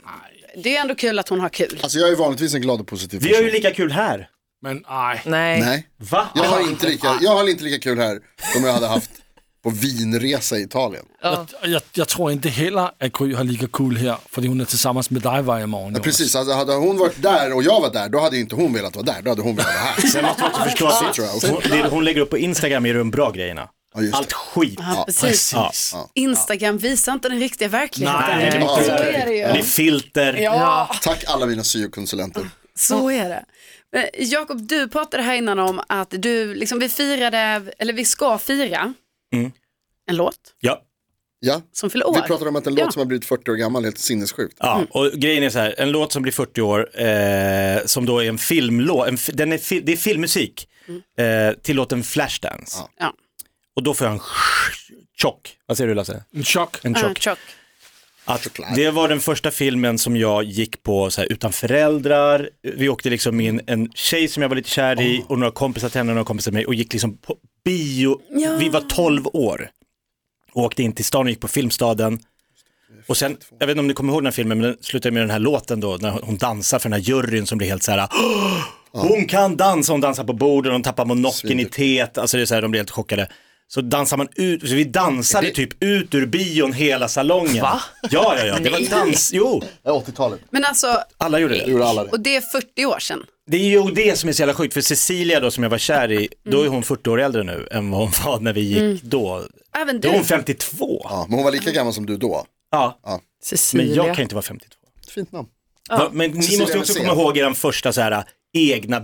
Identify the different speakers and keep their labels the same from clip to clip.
Speaker 1: Det är ändå kul att hon har kul.
Speaker 2: Alltså jag är vanligtvis en glad och positiv
Speaker 3: Vi har
Speaker 2: person.
Speaker 3: ju lika kul här.
Speaker 4: Men nej.
Speaker 5: Nej.
Speaker 2: Nej,
Speaker 3: Va?
Speaker 2: jag har, inte lika, jag har inte lika kul här som jag hade haft på vinresa i Italien.
Speaker 4: Jag, jag, jag tror inte heller att Gry har lika kul här, för hon är tillsammans med dig varje morgon.
Speaker 2: Ja,
Speaker 4: Jonas.
Speaker 2: precis, alltså, hade hon varit där och jag var där, då hade ju inte hon velat vara där, då hade hon velat vara här.
Speaker 3: Sen måste man också förstå
Speaker 2: Ja,
Speaker 3: att
Speaker 2: tror jag
Speaker 3: det-
Speaker 2: också.
Speaker 3: hon, det hon lägger upp på Instagram är ju de bra grejerna.
Speaker 2: Ja, just
Speaker 3: Allt
Speaker 2: det.
Speaker 3: skit.
Speaker 1: Ja, precis.
Speaker 3: Ja.
Speaker 1: Instagram visar inte den riktiga verkligheten.
Speaker 3: Nej, det måste
Speaker 1: så
Speaker 3: jag
Speaker 1: är det ju.
Speaker 3: Det är filter.
Speaker 1: Ja,
Speaker 2: Tack alla mina syokonsulenter.
Speaker 1: så är det. Eh, Jakob, du pratade här innan om att du, liksom, vi firade, eller vi ska fira
Speaker 3: Mm.
Speaker 1: en låt
Speaker 3: Ja.
Speaker 2: Ja,
Speaker 1: som fyller år.
Speaker 2: vi pratade om att en låt
Speaker 1: Ja.
Speaker 2: som har blivit 40 år gammal är helt sinnessjukt.
Speaker 3: Ja,
Speaker 1: Mm.
Speaker 3: och grejen är så här, en låt som blir 40 år, eh, som då är en filmlåt, en, fi- den är fi, det är filmmusik eh, till låten Flashdance.
Speaker 1: Mm. Ja.
Speaker 3: Och då får jag en chock, vad säger du Lasse?
Speaker 4: En chock.
Speaker 3: En
Speaker 1: Ja,
Speaker 3: chock.
Speaker 1: chock.
Speaker 3: Att det var den första filmen som jag gick på så här, utan föräldrar. Vi åkte liksom in en tjej som jag var lite kär i och några kompisar till henne och några kompisar till mig och gick liksom på bio. Vi var 12 år och åkte in till stan och gick på Filmstaden. Och sen, jag vet inte om ni kommer ihåg den här filmen, men den slutar med den här låten då, när hon dansar för den här juryn som blir helt så här, "Åh, hon kan dansa, hon dansar på borden, hon tappar monocken i teet, alltså det är så här, de blir helt chockade. Så dansar man ut, så vi dansade typ ut ur bion hela salongen. Va? Ja, ja, ja, det var dans, jo,
Speaker 2: Det är 80-talet,
Speaker 1: Men alltså,
Speaker 3: alla gjorde
Speaker 2: det
Speaker 3: det.
Speaker 2: gjorde alla det.
Speaker 1: och det är 40 år sedan.
Speaker 3: Det är ju det som är så jävla sjukt, för Cecilia då som jag var kär i, då är hon 40 år äldre nu än vad hon var när vi gick då.
Speaker 1: Även
Speaker 3: Då
Speaker 1: du.
Speaker 3: är hon 52.
Speaker 2: Ja, men hon var lika gammal som du då.
Speaker 3: Ja, men
Speaker 5: Cecilia.
Speaker 3: jag kan inte vara 52.
Speaker 2: Fint namn.
Speaker 3: Va, Men ni
Speaker 2: Cecilia
Speaker 3: måste ju också
Speaker 2: Wessén.
Speaker 3: komma ihåg er första så här, äh, egna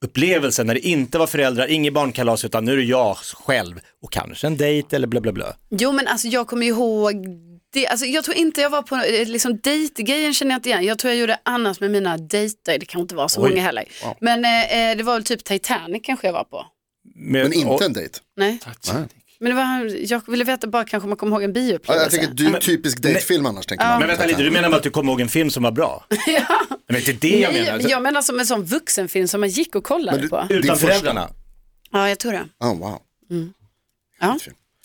Speaker 3: bioupplevelse när det inte var föräldrar, inget barnkalas utan nu är det jag själv och kanske en dejt eller bla bla bla.
Speaker 1: Jo men alltså jag kommer ihåg det, alltså, jag tror inte jag var på eh, liksom, dejtgrejen känner jag inte igen. Jag tror jag gjorde annat med mina dejter, det kan inte vara så
Speaker 3: Oj.
Speaker 1: många heller. Men eh, eh, det var väl typ Titanic kanske jag var på.
Speaker 2: Men
Speaker 3: och-
Speaker 2: inte en dejt.
Speaker 1: Nej, men det var, jag ville veta bara kanske om man kommer ihåg en
Speaker 2: Ja, jag
Speaker 1: bioupplevelse.
Speaker 2: tänker du är typisk dejtfilm annars tänker man.
Speaker 3: Men vänta lite, du menar bara att du kommer ihåg en film som var bra? ja. Men det är det jag
Speaker 1: Nej,
Speaker 3: menar. alltså,
Speaker 1: jag menar som en sån vuxenfilm som man gick och kollade
Speaker 2: Men du-
Speaker 1: på.
Speaker 2: du- din
Speaker 3: Utan
Speaker 2: första.
Speaker 3: föräldrarna.
Speaker 1: Ja, jag tror det.
Speaker 2: Oh, wow.
Speaker 1: Ja.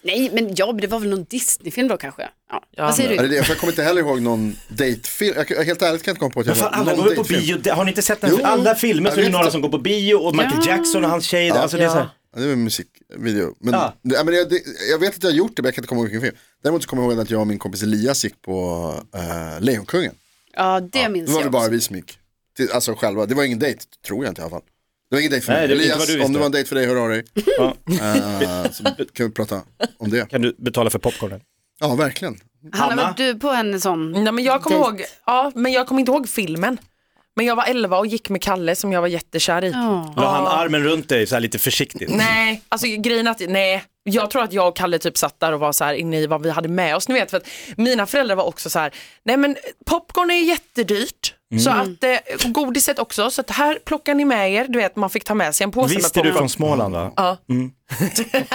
Speaker 1: Nej, men ja, det var väl någon Disney-film då kanske. Ja.
Speaker 5: Ja,
Speaker 1: Vad säger
Speaker 2: Är det
Speaker 1: du?
Speaker 2: det? För jag kommer inte heller ihåg någon dejtfilm. Jag, jag, helt ärligt kan jag inte komma på att jag
Speaker 3: Men fan, alla
Speaker 2: var någon
Speaker 3: går väl på
Speaker 2: dejtfilm.
Speaker 3: bio, Det- har ni inte sett den?
Speaker 2: Jo.
Speaker 3: alla filmer så
Speaker 2: Jag
Speaker 3: är det
Speaker 2: vet
Speaker 3: några
Speaker 2: inte.
Speaker 3: som går på bio och Michael
Speaker 1: Ja.
Speaker 3: Jackson och hans tjej, alltså det är så här,
Speaker 5: Ja.
Speaker 2: Ja, det var en musikvideo. Men,
Speaker 3: Ja.
Speaker 2: det, ja, men jag, det, jag vet att jag har gjort det men jag kan inte komma ihåg vilken film. Däremot så kommer jag ihåg att jag och min kompis Elias gick på eh, Lejonkungen.
Speaker 1: Ja, det minns
Speaker 2: Då var
Speaker 1: jag
Speaker 2: det
Speaker 1: också.
Speaker 2: bara vi som gick. Till, alltså själva, det var ingen dejt, tror jag inte i alla fall. Det var ingen dejt för
Speaker 3: Nej,
Speaker 2: mig.
Speaker 3: det var inte
Speaker 2: Elias,
Speaker 3: vad du
Speaker 2: om det
Speaker 3: visste.
Speaker 2: var en dejt för dig, hör av dig.
Speaker 3: ja.
Speaker 2: Eh, så kan vi prata om det.
Speaker 3: kan du betala för popcornen?
Speaker 2: Ja, verkligen.
Speaker 1: Hanna, var
Speaker 3: Hanna?
Speaker 1: du på en sån?
Speaker 5: Nej, men jag kommer
Speaker 1: Dejt.
Speaker 5: ihåg, ja, men jag kommer inte ihåg filmen. Men jag var 11 och gick med Kalle som jag var jättekär i.
Speaker 1: Ja.
Speaker 3: La han armen runt dig så här lite försiktigt?
Speaker 5: Nej, alltså grejen är att, nej, jag tror att jag och Kalle typ satt där och var så här inne i vad vi hade med oss. Ni vet, för att mina föräldrar var också så här, nej men popcorn är jättedyrt. Så att, eh, och godiset också, så att här plockar ni med er, du vet man fick ta med sig en påse
Speaker 3: Visst är
Speaker 5: med
Speaker 3: du
Speaker 5: popcorn.
Speaker 3: från Småland va?
Speaker 1: Ja.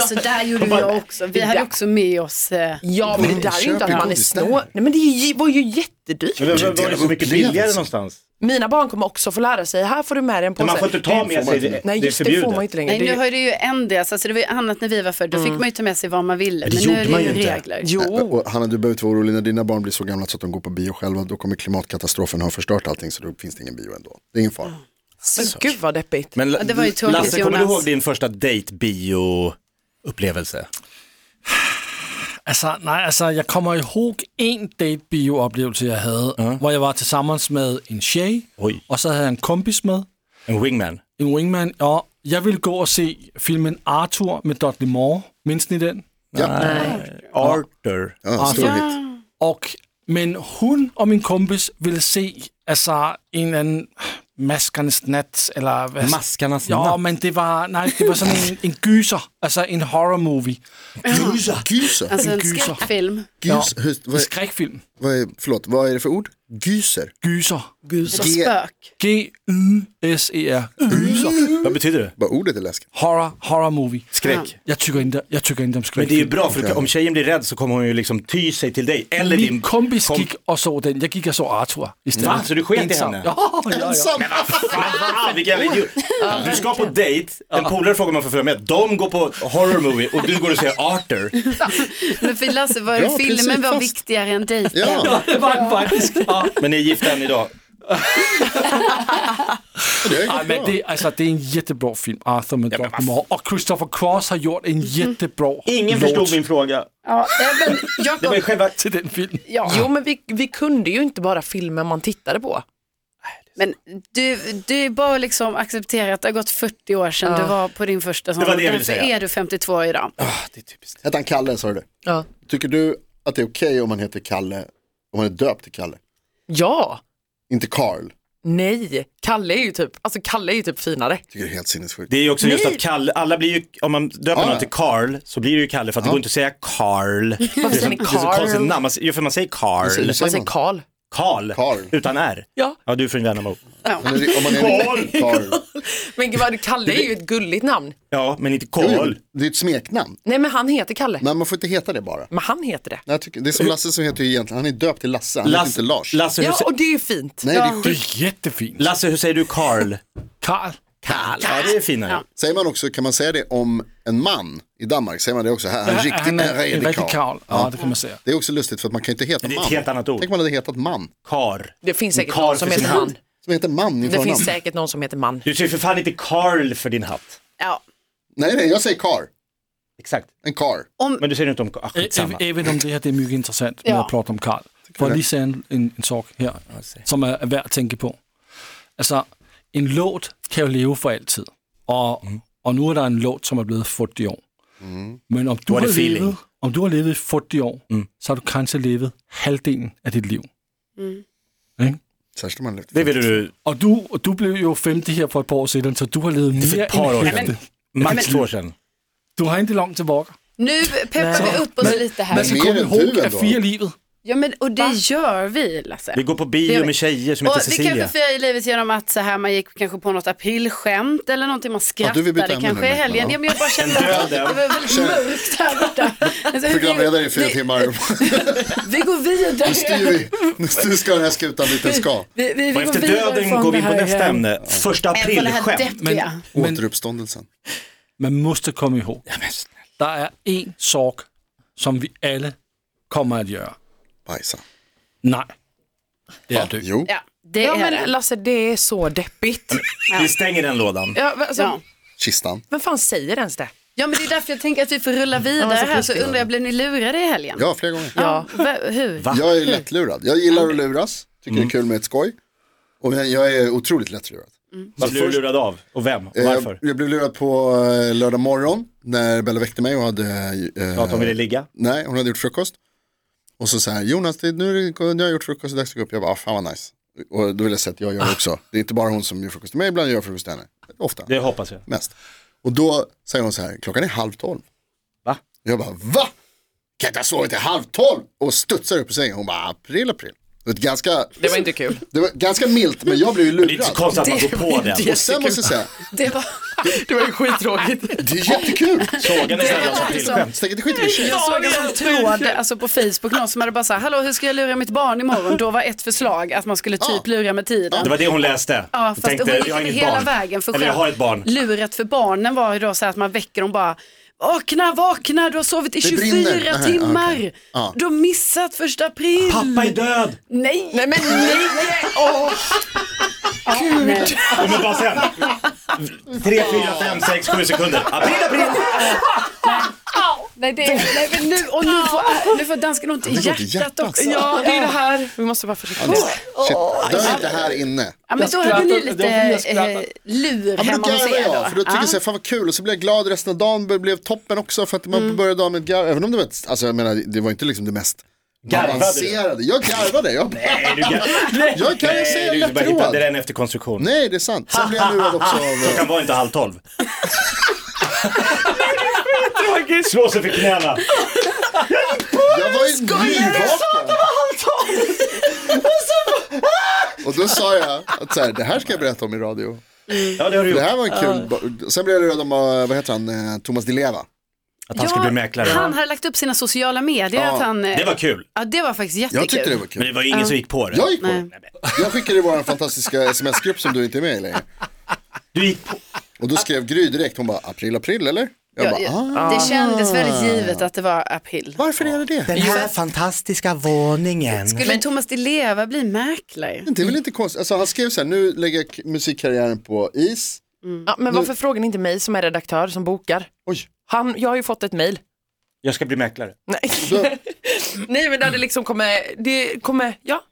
Speaker 1: Alltså där gjorde jag också. Vi hade också med oss. Eh,
Speaker 5: Ja men det där är ju inte att man är
Speaker 2: Mm. Godis där.
Speaker 5: snål. Nej men det är ju- var ju jättedyrt.
Speaker 3: Men var, var, var det så mycket billigare någonstans?
Speaker 5: Mina barn kommer också få lära sig, här får du med dig en påse.
Speaker 3: Men man får inte ta med sig, det,
Speaker 5: Nej
Speaker 3: det är
Speaker 5: just det får man ju
Speaker 3: förbjudet.
Speaker 5: inte längre.
Speaker 1: nej,
Speaker 5: Det är
Speaker 1: nu
Speaker 5: ju-
Speaker 1: har det ju ändrats. Alltså, det var ju annat när vi var född. Då fick man ju ta med sig vad man ville.
Speaker 3: det
Speaker 1: Men nu är
Speaker 3: gjorde man
Speaker 1: det
Speaker 3: ju
Speaker 1: ju
Speaker 3: inte.
Speaker 1: regler.
Speaker 4: Oh.
Speaker 5: Jo.
Speaker 2: Och Hanna, du behöver inte vara orolig när dina barn blir så gamla så att de går på bio själva. Då kommer klimatkatastrofen ha förstört allting så då finns det ingen bio ändå. Det är ingen fara.
Speaker 5: Men gud vad deppigt.
Speaker 3: Men
Speaker 1: det var ju tråkigt,
Speaker 3: Lasse, kommer du
Speaker 1: Jonas.
Speaker 3: ihåg din första date-bio-upplevelse?
Speaker 4: Altså, nej, altså, jeg kommer ihåg en date bio oplevelse jeg havde, hvor jeg var tillsammans med en tjej,
Speaker 3: Oj.
Speaker 4: og så havde jeg en kompis med,
Speaker 3: En wingman?
Speaker 4: en wingman, og jeg ville gå og se filmen Arthur med Dudley Moore, minst ni den?
Speaker 3: Arthur? Ah,
Speaker 2: Ja, stor hit.
Speaker 4: Och, men hon och min kompis ville se alltså, en eller annan Maskarnas natt eller vad...
Speaker 3: Maskarnas
Speaker 4: ja,
Speaker 3: natt?
Speaker 4: men det var, nej, det var sådan en, en gyser, alltså en horror movie.
Speaker 2: Gyser. Gyser.
Speaker 1: Alltså en
Speaker 4: En gyser.
Speaker 1: skräckfilm.
Speaker 2: Gyser. Hur-
Speaker 4: En
Speaker 2: Vad, är-
Speaker 4: skräckfilm.
Speaker 2: vad är, förlåt, vad är det för ord? Gyser.
Speaker 4: Gyser.
Speaker 1: Ett
Speaker 2: Ge-
Speaker 1: spök.
Speaker 4: G-Y-S-E-R. Gyser.
Speaker 3: Vad betyder det?
Speaker 2: Bara ordet är läskigt.
Speaker 4: Horror, horror movie.
Speaker 3: Skräck?
Speaker 4: Jag tycker inte, jag tycker inte om skräckfilm.
Speaker 3: Men det är ju bra, för om tjejen blir rädd så kommer hon ju liksom ty sig till dig. Eller din
Speaker 4: Min kompis
Speaker 3: kom-
Speaker 4: gick och såg den, jag gick och såg Arthur istället.
Speaker 3: Va? Så du sket i
Speaker 4: Ensam.
Speaker 3: henne?
Speaker 4: Ja, ja, ja.
Speaker 3: Fan, vilken idiot. Du ska på dejt, en polare frågar om man får följa med, de går på horror movie och du går och ser Arthur.
Speaker 1: Men för Lasse var ju
Speaker 2: Ja, precis,
Speaker 1: filmen var
Speaker 2: fast-
Speaker 1: viktigare än dejten.
Speaker 2: Ja,
Speaker 4: Det var den faktiskt. Ja.
Speaker 3: Men ni är gifta än idag.
Speaker 2: det
Speaker 4: Ej,
Speaker 2: är
Speaker 4: men
Speaker 2: bra.
Speaker 4: det, alltså, det är en jättebra film, Arthur med
Speaker 3: men
Speaker 4: Dr. Moore. Och Christopher Cross har gjort
Speaker 5: Mhm.
Speaker 4: en jättebra
Speaker 3: Ingen
Speaker 4: låt
Speaker 3: förstod min fråga.
Speaker 1: Ja, även
Speaker 3: Det var ju
Speaker 1: Jakob,
Speaker 3: själva...
Speaker 4: till den filmen.
Speaker 1: ja.
Speaker 5: Jo men vi, vi kunde ju inte bara filmen man tittade på.
Speaker 1: Men du, du är bara liksom acceptera att det har gått 40 år sedan du var på din första sån.
Speaker 3: Det var det jag ville
Speaker 1: Därför
Speaker 3: säga.
Speaker 1: är du 52 år idag.
Speaker 2: Hette han Kalle, sa du det?
Speaker 5: Ja.
Speaker 2: Tycker du att det är okej om man heter Kalle, om man är döpt till Kalle?
Speaker 5: Ja,
Speaker 2: Inte Karl.
Speaker 5: nej, Kalle är ju typ, alltså Kalle är ju typ finare.
Speaker 2: Tycker det är helt sinnessjukt.
Speaker 3: Det är ju också just att Kalle, alla blir ju, om man döper
Speaker 2: Ja.
Speaker 3: någon till Karl så blir det ju Kalle för att det går inte att säga Karl. Det är
Speaker 5: säger
Speaker 3: så,
Speaker 5: ni
Speaker 3: det är så konstigt
Speaker 5: Karl?
Speaker 3: namn, Man- jo för man säger
Speaker 2: Hur säger- hur
Speaker 3: Karl.
Speaker 5: Man
Speaker 2: säger
Speaker 5: säger
Speaker 2: man?
Speaker 5: Karl.
Speaker 3: Karl,
Speaker 2: Karl.
Speaker 3: utan R.
Speaker 5: Ja.
Speaker 3: Ja, du är från Värnamo.
Speaker 2: Men är det- Om man är Karl.
Speaker 5: Men gud, vad- Kalle är ju ett gulligt namn.
Speaker 3: Ja, men inte
Speaker 2: Jo, jo,
Speaker 3: Karl.
Speaker 2: Det är ett smeknamn,
Speaker 5: Nej men han heter Kalle.
Speaker 2: men man får inte heta det bara.
Speaker 5: Men han heter det.
Speaker 2: Nej, Jag tycker, det är som Lasse som heter ju egentligen, han är döpt till Lasse, han heter
Speaker 3: Lasse,
Speaker 2: inte Lars.
Speaker 3: Lasse, hur,
Speaker 5: Ja
Speaker 3: sä-
Speaker 5: och det är ju fint.
Speaker 2: Nej, det är
Speaker 4: Det
Speaker 2: skit.
Speaker 4: är jättefint.
Speaker 3: Lasse, hur säger du Karl?
Speaker 4: Karl.
Speaker 3: Karl. Ja, det är finare.
Speaker 1: Ja.
Speaker 2: Säger man också, kan man säga det om en man i Danmark? Säger man det också? Här, han är riktigt,
Speaker 4: Han
Speaker 2: här
Speaker 4: är
Speaker 2: är
Speaker 4: en
Speaker 2: det
Speaker 4: riktig
Speaker 2: Karl.
Speaker 4: Karl. Ja, det kan man säga.
Speaker 2: Det är också lustigt för att man kan ju inte heta
Speaker 3: Men det är
Speaker 2: man.
Speaker 3: ett helt annat ord.
Speaker 2: Tänk om man hade hetat man.
Speaker 3: Kar.
Speaker 5: Det finns säkert
Speaker 3: Karl
Speaker 5: någon som
Speaker 3: för sin
Speaker 5: heter man.
Speaker 3: hand.
Speaker 2: Som heter man i
Speaker 5: Det
Speaker 2: förnamn.
Speaker 5: finns säkert någon som heter man.
Speaker 3: Du säger för fan inte Karl för din hatt.
Speaker 1: Ja.
Speaker 2: Nej, nej, jag säger kar.
Speaker 3: Exakt.
Speaker 2: En kar.
Speaker 3: Men du säger inte om ah,
Speaker 4: Ä-
Speaker 3: skitsamma.
Speaker 4: ä- E- Även om det här det är mycket intressant när
Speaker 1: Ja.
Speaker 4: jag pratar om Karl. Får jag lige säga en, en, en sak här som är värd att tänka på. Alltså, en låt kan ju leva för alltid. Och, och nu är det en låt som har blivit 40 år. Men om du,
Speaker 3: What a
Speaker 4: har
Speaker 3: feeling. Mm.
Speaker 4: levet, om du har levet i 40 år så har du kanske levat halvdelen av ditt liv.
Speaker 1: Mm.
Speaker 4: Ikke?
Speaker 2: Särskilt om man lyfter.
Speaker 3: Det vill du,
Speaker 4: Och du, och du blev ju 50 här för ett par år sedan, så du har levat
Speaker 3: för
Speaker 4: mer
Speaker 3: ett par år
Speaker 4: än
Speaker 3: sedan.
Speaker 4: hälften.
Speaker 3: max två år sedan.
Speaker 4: Du har inte långt tillbaka.
Speaker 1: Nu peppar vi upp oss lite här.
Speaker 4: Man ska
Speaker 2: Mer
Speaker 4: komma
Speaker 2: än du
Speaker 4: Alltså, ihåg
Speaker 2: ändå.
Speaker 4: att fira livet.
Speaker 1: Ja, men, och det gör vi Lasse.
Speaker 3: Vi går på
Speaker 1: Det gör
Speaker 3: bio
Speaker 1: vi.
Speaker 3: med tjejer som
Speaker 1: och
Speaker 3: heter
Speaker 1: vi kanske
Speaker 3: Cecilia.
Speaker 1: firar i livet genom att så här, man gick kanske på något aprilskämt eller någonting, man
Speaker 2: Ja, du vill byta
Speaker 1: skrattade
Speaker 2: ämne
Speaker 1: kanske i
Speaker 2: nu,
Speaker 1: helgen. Ja, men
Speaker 2: Beckman,
Speaker 1: jag bara kände att det
Speaker 3: död en.
Speaker 1: var väldigt mörkt här borta. Alltså, hur-
Speaker 2: Programledare i fyra
Speaker 1: vi-
Speaker 2: timmar.
Speaker 1: Vi går
Speaker 2: Nu
Speaker 1: vidare.
Speaker 2: är vi- Nu ska den här skutan dit den ska.
Speaker 1: Vi, vi, vi
Speaker 3: Och
Speaker 1: går
Speaker 3: efter
Speaker 1: vidare
Speaker 3: döden
Speaker 1: från
Speaker 3: går vi
Speaker 1: det
Speaker 3: in på
Speaker 1: här,
Speaker 3: nästa
Speaker 1: eh,
Speaker 3: ämne. Första
Speaker 1: från det här
Speaker 3: aprilskämt.
Speaker 1: deppiga.
Speaker 4: Men-
Speaker 2: Återuppståndelsen.
Speaker 4: Man måste komma ihåg. Der er én sorg, som vi alle kommer att göra.
Speaker 2: Bajsa.
Speaker 4: Nej, det är du.
Speaker 2: Jo.
Speaker 1: Ja, det
Speaker 5: Ja
Speaker 1: är
Speaker 5: men
Speaker 1: det.
Speaker 5: Lasse det är så deppigt.
Speaker 3: Vi stänger den lådan.
Speaker 5: Ja, men alltså,
Speaker 1: Ja.
Speaker 2: Kistan.
Speaker 5: Vem fan säger ens det?
Speaker 1: ja, men det är därför jag tänker att vi får rulla vidare här. Så undrar jag, blev ni lurade i helgen?
Speaker 2: Ja, flera gånger.
Speaker 1: Ja, va- hur?
Speaker 2: Jag är lättlurad. Jag gillar att luras. Tycker
Speaker 3: Mm.
Speaker 2: det är kul med ett skoj. Och jag- jag är otroligt lättlurad. Eh,
Speaker 3: Vad blev du lurad av? Och vem? Och varför?
Speaker 2: Jag, jag blev lurad på eh, lördag morgon när Bella väckte mig och hade... eh,
Speaker 3: Att de ville ligga?
Speaker 2: Nej, hon hade gjort frukost. Och så så här, Jonas, det, nu, är det- nu har jag gjort frukost, det är dags att gå upp. Jag bara, ah, fan vad nice. Och då vill jag säga att jag gör det också. Det är inte bara hon som gör frukost till mig, ibland gör jag frukost till henne. Ofta,
Speaker 3: Det hoppas jag.
Speaker 2: mest. Och då säger hon så här, klockan är halv tolv.
Speaker 3: Va?
Speaker 2: Jag bara, va? Kan inte ha sovit till halv tolv? Och studsar upp i sängen. Hon bara, april, april. Det var, ett ganska,
Speaker 5: Det var inte kul.
Speaker 2: det var ganska milt, men jag blev ju
Speaker 3: Det är inte så
Speaker 2: lurad.
Speaker 3: konstigt att man går på den.
Speaker 2: Och sen måste jag säga,
Speaker 1: Det var...
Speaker 5: Det var ju skittråkigt.
Speaker 2: det är jättekul.
Speaker 3: Frågan är alltså så
Speaker 1: Det
Speaker 3: här, jag som
Speaker 1: är
Speaker 3: aprilskämt.
Speaker 2: Så tänk att det skiter vi i tjejer.
Speaker 1: Jag såg en sån tråd alltså på Facebook, någon som hade bara så här, hallå hur ska jag lura mitt barn imorgon? Då var ett förslag att man skulle typ lura med tiden.
Speaker 3: Det var det hon läste.
Speaker 1: Ja, fast hon gick hela vägen. För
Speaker 3: Eller jag
Speaker 1: själv-
Speaker 3: har ett barn.
Speaker 1: Luret för barnen var ju då så här att man väcker dem bara, vakna, vakna, du har sovit i
Speaker 2: Det
Speaker 1: 24
Speaker 2: brinner. Nähä,
Speaker 1: timmar.
Speaker 2: okej. Ja.
Speaker 1: Du har missat första april.
Speaker 3: Pappa är död!
Speaker 1: Nej.
Speaker 5: Nej men nej! Åh.
Speaker 1: Nej.
Speaker 3: Ja, men bara sen. 3, 4, 5, 6, 7 sekunder. April, april.
Speaker 1: Nej, det är, nej, men nu, och nu får, nu får dansken ont i
Speaker 2: Det går
Speaker 1: hjärtat,
Speaker 2: till hjärtat.
Speaker 1: också.
Speaker 5: Ja, det är det här. Vi måste vara försiktiga.
Speaker 2: Shit, dö inte här inne.
Speaker 1: Ja, men då hade ni lite eh, lur
Speaker 2: Ja, men
Speaker 1: hemma
Speaker 2: då
Speaker 1: hos
Speaker 2: garvar
Speaker 1: er
Speaker 2: jag,
Speaker 1: då.
Speaker 2: för då tycker jag så här, fan vad kul, och så blir jag glad resten av dagen, det blev toppen också för att man
Speaker 1: Mm.
Speaker 2: började dagen med ett garv, även om det var, ett, alltså jag menar, det var inte liksom det mest
Speaker 3: Garvade du?
Speaker 2: avancerade. Jag garvade, jag,
Speaker 3: Nej, du kan,
Speaker 2: jag kan ju säga
Speaker 3: nej, du bara hittade
Speaker 2: lättroad.
Speaker 3: den efter konstruktion.
Speaker 2: Nej, det är sant. Sen blev jag lurad också av, eh,
Speaker 3: Klockan var inte halv tolv. Slå sig för knäna.
Speaker 2: jag var ju nyvaken. Och då sa jag att så här, det här ska jag berätta om i radio.
Speaker 3: Ja, det har du
Speaker 2: Det
Speaker 3: gjort.
Speaker 2: här var en kul, bo- sen blev jag lurad om, eh, vad heter han, eh, Thomas Di Leva.
Speaker 3: Att han skulle bli mäklare.
Speaker 1: Han hade lagt upp sina sociala medier. Att han, eh,
Speaker 3: Det var kul.
Speaker 1: ja, det var faktiskt jättekul.
Speaker 2: Jag tyckte det var kul.
Speaker 3: Men det var ju ingen som gick på det.
Speaker 2: Jag gick på det. Jag skickade i vår fantastiska sms-grupp som du inte är med i längre.
Speaker 3: Du gick på.
Speaker 2: Och då skrev Gry direkt, hon bara april, april eller? Jag
Speaker 1: Ja,
Speaker 2: bara,
Speaker 1: ja.
Speaker 2: ah,
Speaker 1: Det kändes väldigt givet att det var april.
Speaker 2: varför är det det?
Speaker 3: Den här fantastiska våningen.
Speaker 1: Skulle Thomas Di Leva bli mäklare?
Speaker 2: Det är väl inte konstigt, alltså han skrev så här, nu lägger jag k- musikkarriären på is.
Speaker 5: Ja, men varför frågar ni inte mig som är redaktör som bokar?
Speaker 2: Oj,
Speaker 5: Han, jag har ju fått ett mejl.
Speaker 3: Jag ska bli mäklare.
Speaker 5: Nej.
Speaker 2: Så-
Speaker 5: Nej men där det liksom kommer, det kommer, ja.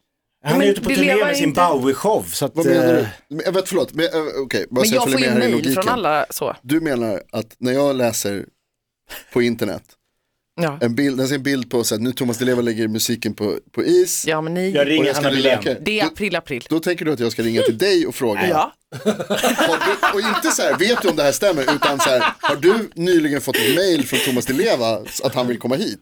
Speaker 3: Han är
Speaker 5: Men
Speaker 3: ute på
Speaker 5: det
Speaker 3: turné
Speaker 5: lever
Speaker 3: med sin
Speaker 5: inte.
Speaker 3: Bowie-show. Så att,
Speaker 2: vad menar
Speaker 3: eh,
Speaker 2: du? Men, Jag vet, förlåt, men, eh, okej, bara
Speaker 5: Men
Speaker 2: så jag
Speaker 5: jag får
Speaker 2: följer
Speaker 5: ju
Speaker 2: med här i
Speaker 5: mejl från
Speaker 2: logiken.
Speaker 5: alla så.
Speaker 2: Du menar att när jag läser på internet,
Speaker 5: Ja,
Speaker 2: en bild, när jag ser en bild på så här, nu Thomas Di Leva lägger musiken på, på is.
Speaker 5: ja men ni,
Speaker 3: jag
Speaker 2: och
Speaker 3: ringer
Speaker 2: jag ska
Speaker 3: Hanna
Speaker 2: bli
Speaker 3: Billén.
Speaker 2: läkare.
Speaker 5: det är april, april.
Speaker 2: Då tänker du att jag ska ringa till dig och fråga.
Speaker 5: Ja,
Speaker 2: Har du, och inte så här, vet du om det här stämmer, utan så här, har du nyligen fått ett mail från Thomas Di Leva att han vill komma hit?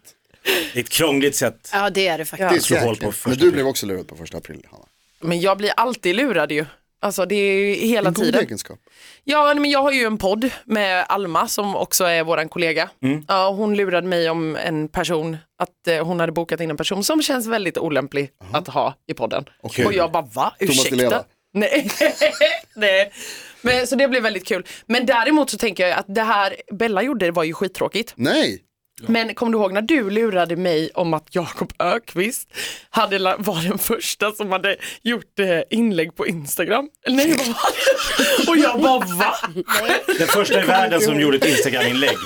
Speaker 3: Det är ett krångligt sätt.
Speaker 1: Ja, det är det faktiskt.
Speaker 2: Det
Speaker 3: slår
Speaker 2: är
Speaker 3: hål Alltså, på
Speaker 2: säkert.
Speaker 3: första
Speaker 2: Men du
Speaker 3: april.
Speaker 2: blev också lurad på första april, Hanna.
Speaker 5: men jag blir alltid lurad ju. Alltså det är ju hela
Speaker 2: En god
Speaker 5: tiden.
Speaker 2: egenskap.
Speaker 5: Ja, nej, men jag har ju en podd med Alma som också är våran kollega.
Speaker 2: Mm.
Speaker 5: Ja, hon lurade mig om en person, att eh, hon hade bokat in en person som känns väldigt olämplig att ha i podden.
Speaker 2: Okej.
Speaker 5: Och jag bara, va?
Speaker 2: Thomas Di Leva.
Speaker 5: Ursäkta? Nej. nej. Men, så det blev väldigt kul. Men däremot så tänker jag att det här Bella gjorde det var ju skittråkigt.
Speaker 2: Nej,
Speaker 5: Men kommer du ihåg när du lurade mig om att Jakob Ökvist hade, la- var den första som hade gjort eh, inlägg på Instagram? Eller Nej, vad var det? Och jag bara va?
Speaker 3: Den första i världen som gjorde ett Instagram-inlägg.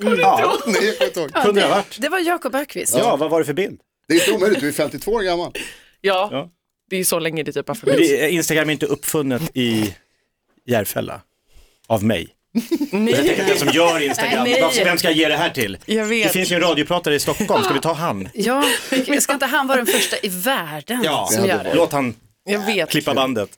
Speaker 3: Ja,
Speaker 2: nej, jag kommer inte ihåg.
Speaker 3: kunde det ha varit.
Speaker 1: Det var Jakob Ökvist.
Speaker 3: Ja, vad var det för bild?
Speaker 2: Det är inte omöjligt, du är 52 år gammal.
Speaker 5: Ja,
Speaker 3: Ja.
Speaker 5: det är så länge det typ har
Speaker 3: Men
Speaker 5: funnits.
Speaker 3: det, eh, Instagram är inte uppfunnet i Järfälla. Av mig. Jag tänker att den som gör Instagram,
Speaker 5: Nej.
Speaker 3: varför- vem ska jag ge det här till?
Speaker 5: Jag vet.
Speaker 3: Det finns ju en radiopratare i Stockholm, ska vi ta han?
Speaker 1: Ja, ska inte han vara den första i världen
Speaker 3: Ja,
Speaker 1: som gör
Speaker 2: hade
Speaker 1: det?
Speaker 3: låt han
Speaker 5: Jag vet.
Speaker 3: klippa bandet.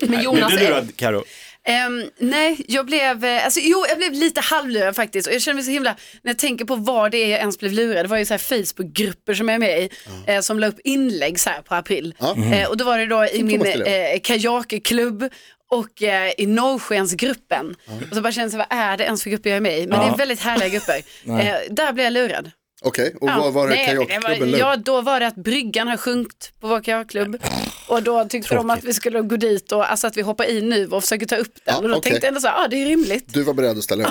Speaker 5: Men
Speaker 3: Blev
Speaker 5: Jonas,
Speaker 3: du
Speaker 5: är,
Speaker 3: lurad Karo?
Speaker 1: Ehm, nej, jag blev, eh, alltså, jo, jag blev lite halvlurad faktiskt. Och jag känner mig så himla, när jag tänker på var det är jag ens blev lurad. Det var ju så här Facebookgrupper som jag är med i, eh, som la upp inlägg så här på april. Eh, och då var det då i min
Speaker 2: Thomas Di Leva.
Speaker 1: eh, kajakklubb och eh, i Norrskensgruppen. Och så bara kände jag, vad är det ens för grupper jag är med i? Men det är väldigt härliga grupper. eh, där blev jag lurad.
Speaker 2: Okej, och
Speaker 1: Ja,
Speaker 2: vad var det
Speaker 1: nej,
Speaker 2: kajakklubben
Speaker 1: var-
Speaker 2: lurade?
Speaker 1: Ja, då var det att bryggan har sjunkit på vår kajakklubb. Och då tyckte de att vi skulle gå dit och alltså att vi hoppar i nu och försöker ta upp den.
Speaker 2: Ja,
Speaker 1: och då
Speaker 2: okej.
Speaker 1: tänkte jag ändå så här, ah, det är rimligt.
Speaker 2: Du var beredd att ställa upp.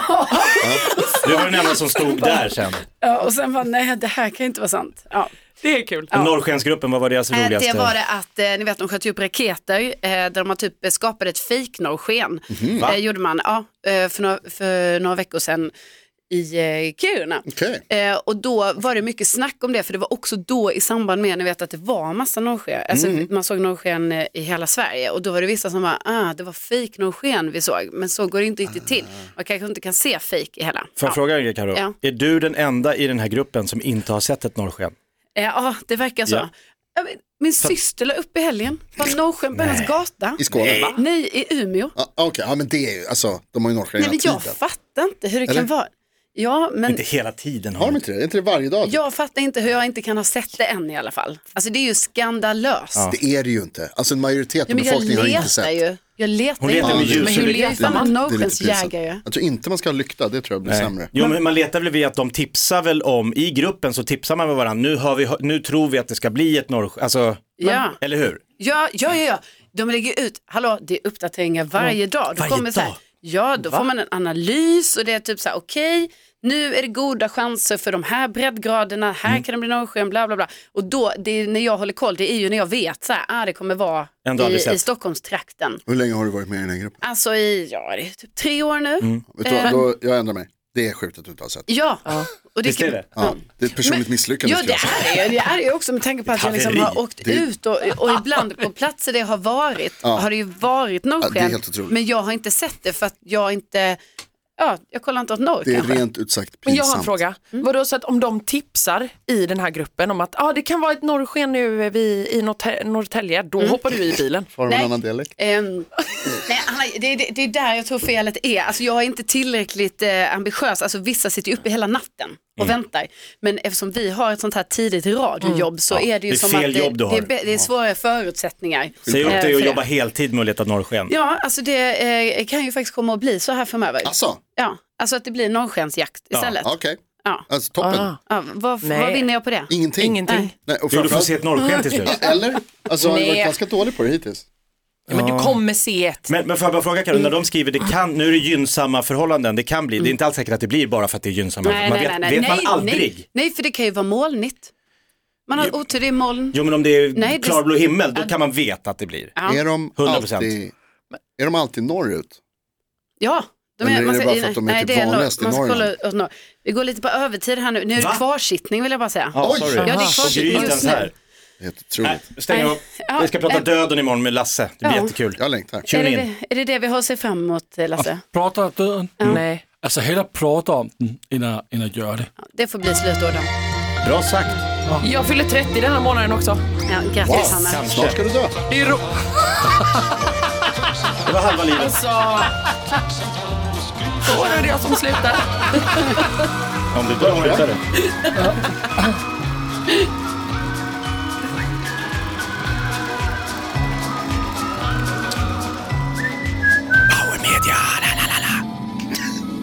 Speaker 3: Du var den enda som stod där sen.
Speaker 1: Ja, och sen var nej, det här kan inte vara sant. Ja.
Speaker 5: det är kul.
Speaker 3: Norrskensgruppen, vad var deras
Speaker 1: Eh,
Speaker 3: roligaste?
Speaker 1: Det var det att, eh, ni vet de sköt ju upp raketer eh, där de har typ eh, skapade ett fejknorrsken.
Speaker 2: Mhm,
Speaker 1: eh, gjorde man, ja, eh, för, några, för några veckor sedan i eh, Kiruna.
Speaker 2: Okej.
Speaker 1: Eh, och då var det mycket snack om det, för det var också då i samband med, ni vet att det var massa norrsken, alltså man såg norrsken eh, i hela Sverige och då var det vissa som var, ah, det var fejk norrsken vi såg, men så går det inte riktigt till. Man kanske inte kan se fejk i hela.
Speaker 3: Får jag fråga dig Karo?
Speaker 1: Ja.
Speaker 3: Är du den enda i den här gruppen som inte har sett ett norrsken?
Speaker 1: Eh, Ja, det verkar så.
Speaker 3: Ja.
Speaker 1: Ja, men Min syster la upp i helgen, från Norrsken på hennes gata. Eh,
Speaker 2: I Skåne? Va?
Speaker 1: Nej, i Umeå.
Speaker 2: Ja, Okej, ja men det är ju, alltså de har ju
Speaker 1: Nej,
Speaker 2: norrsken hela
Speaker 1: men jag
Speaker 2: tiden.
Speaker 1: fattar inte hur det kan vara. Ja, men
Speaker 3: Inte hela tiden
Speaker 2: Har
Speaker 3: har
Speaker 2: de
Speaker 3: de.
Speaker 2: inte det? Är inte det varje dag?
Speaker 1: jag fattar inte hur jag inte kan ha sett det än i alla fall. Alltså det är ju skandalöst. Ja.
Speaker 2: Det är det ju inte. Alltså en majoritet av
Speaker 1: men jag
Speaker 2: befolkningen har inte
Speaker 1: letar
Speaker 2: sett.
Speaker 1: ju. Jag letar
Speaker 3: Hon letar
Speaker 1: ju.
Speaker 3: med ljus
Speaker 1: men
Speaker 3: och
Speaker 1: hur
Speaker 3: lykta.
Speaker 1: letar man
Speaker 2: Det är lite
Speaker 1: Norrskensjägare?
Speaker 2: pinsamt. Jag tror inte man ska ha lykta, det tror jag blir sämre.
Speaker 3: Jo men man letar väl vid att de tipsar väl om, i gruppen så tipsar man med varandra, nu, har vi, nu tror vi att det ska bli ett norrsken, alltså,
Speaker 1: Ja.
Speaker 3: eller hur?
Speaker 1: Ja, ja, ja, ja. De lägger ut, hallå, det är uppdateringar varje dag. Då
Speaker 3: Varje
Speaker 1: kommer så här,
Speaker 3: dag?
Speaker 1: Ja, då får man en analys och det är typ så här, okej, nu är det goda chanser för de här breddgraderna, här
Speaker 3: Mm.
Speaker 1: kan det bli norrsken, bla bla bla. Och då, det är när jag håller koll, det är ju när jag vet så här, ah, det kommer vara
Speaker 3: En dag har vi
Speaker 1: i,
Speaker 3: sett.
Speaker 1: i Stockholmstrakten.
Speaker 2: Hur länge har du varit med i den här gruppen?
Speaker 1: Alltså i, ja det är typ tre år nu.
Speaker 3: Mm.
Speaker 2: Vet
Speaker 1: Eh.
Speaker 2: du, vad, då, jag ändrar mig. Det är sjukt att du inte har sett.
Speaker 1: Ja. Och
Speaker 3: Visst är det?
Speaker 2: Ja, det är ett personligt misslyckande.
Speaker 1: Ja
Speaker 2: skulle
Speaker 1: det
Speaker 2: jag säga.
Speaker 1: är det ju. det är det ju också med tanke på att jag liksom
Speaker 3: haveri.
Speaker 1: har åkt ut och, och ibland på platser det har varit har det ju varit
Speaker 2: Ja, det är
Speaker 1: norrsken.
Speaker 2: helt otroligt.
Speaker 1: men jag har inte sett det för att jag inte, ja jag kollar inte åt norr
Speaker 2: det är
Speaker 1: kanske.
Speaker 2: rent ut sagt
Speaker 5: Men
Speaker 2: pinsamt.
Speaker 5: jag har en fråga.
Speaker 1: Mm.
Speaker 5: Vadå så att om de tipsar i den här gruppen om att ah, det kan vara ett norrsken nu eh, vi, i Norrtä- Norrtälje,
Speaker 1: Mm.
Speaker 5: då hoppar du i bilen.
Speaker 2: Har de en
Speaker 1: Nej.
Speaker 2: annan dialekt?
Speaker 1: Ehm, nej, Anna, det, det, det är där jag tror felet är. Alltså, jag är inte tillräckligt eh, ambitiös. Alltså, vissa sitter ju uppe hela natten och
Speaker 2: Mm.
Speaker 1: väntar. Men eftersom vi har ett sånt här tidigt radiojobb så är det ju
Speaker 3: det är
Speaker 1: som
Speaker 3: fel
Speaker 1: att det,
Speaker 3: jobb du har.
Speaker 1: det, är, be- det är svåra förutsättningar.
Speaker 3: Säg upp
Speaker 1: eh,
Speaker 3: dig och
Speaker 1: för
Speaker 3: jobba heltid med att leta norrsken.
Speaker 1: Ja, alltså det eh, kan ju faktiskt komma att bli så här framöver.
Speaker 2: Alltså,
Speaker 1: Ja, alltså att det blir norrskensjakt istället. Ja.
Speaker 2: okej.
Speaker 1: Ja.
Speaker 2: Alltså toppen.
Speaker 5: Ah.
Speaker 1: vad,
Speaker 5: Nej.
Speaker 1: vad vinner jag på det?
Speaker 2: Ingenting.
Speaker 5: Ingenting.
Speaker 1: Nej.
Speaker 2: Nej, och
Speaker 3: Jo, du får
Speaker 2: framförallt,
Speaker 3: se ett norrsken till slut.
Speaker 2: eller? Alltså har jag
Speaker 5: Nej.
Speaker 2: varit ganska dålig på det hittills.
Speaker 5: Ja, men du kommer se ett.
Speaker 3: Men, men får jag bara fråga Karin, när de skriver det kan, nu är det gynnsamma förhållanden, det kan bli,
Speaker 1: Mm.
Speaker 3: det är inte alls säkert att det blir bara för att det är gynnsamma, man vet, vet man aldrig.
Speaker 1: Nej, nej, för det kan ju vara molnigt. Man har otur, det är moln.
Speaker 3: Jo men om det är
Speaker 1: Nej, det-
Speaker 3: klarblå himmel, då kan man veta att det blir.
Speaker 1: Ja.
Speaker 2: Är, de
Speaker 3: 100%.
Speaker 2: alltid, är de alltid norrut?
Speaker 1: Ja. De
Speaker 2: Eller är
Speaker 1: man
Speaker 2: det
Speaker 1: ska-
Speaker 2: bara för att de är
Speaker 1: nej,
Speaker 2: typ
Speaker 1: det norr-
Speaker 2: vanligast i
Speaker 1: man ska
Speaker 2: Norrland?
Speaker 1: kolla åt norr. Vi går lite på övertid här nu. Nu är det
Speaker 3: Va?
Speaker 1: kvarsittning vill jag bara säga.
Speaker 3: Ja,
Speaker 2: Oj!
Speaker 3: sorry.
Speaker 1: Ja, det är
Speaker 5: Aha.
Speaker 1: kvarsittning
Speaker 3: Gryt ens
Speaker 1: just nu.
Speaker 3: här.
Speaker 2: Det är helt otroligt.
Speaker 3: Nej, Stäng av.
Speaker 1: Ja,
Speaker 3: Vi ska prata
Speaker 1: eh,
Speaker 3: döden imorgon med Lasse, det blir
Speaker 1: Ja.
Speaker 3: jättekul.
Speaker 2: Jag längtar.
Speaker 1: Är
Speaker 3: Tune
Speaker 1: det,
Speaker 3: in.
Speaker 1: det, är det det vi har att se fram emot, eh, Lasse?
Speaker 4: Prata om döden.
Speaker 1: Mm.
Speaker 5: Nej.
Speaker 4: Alltså hellre prata om den än att, än att göra det.
Speaker 1: Det får bli slutorden.
Speaker 3: Bra sagt.
Speaker 5: Jag fyller 30 den här månaden också.
Speaker 1: Ja, grattis, Hanna.
Speaker 2: Snart ska
Speaker 3: Kanske.
Speaker 2: du dö.
Speaker 5: Det är ro-
Speaker 3: Det var halva livet.
Speaker 5: alltså... Åh, nu är det jag som slutar.
Speaker 3: Om du dör slutar du. Power Media, la, la, la, la.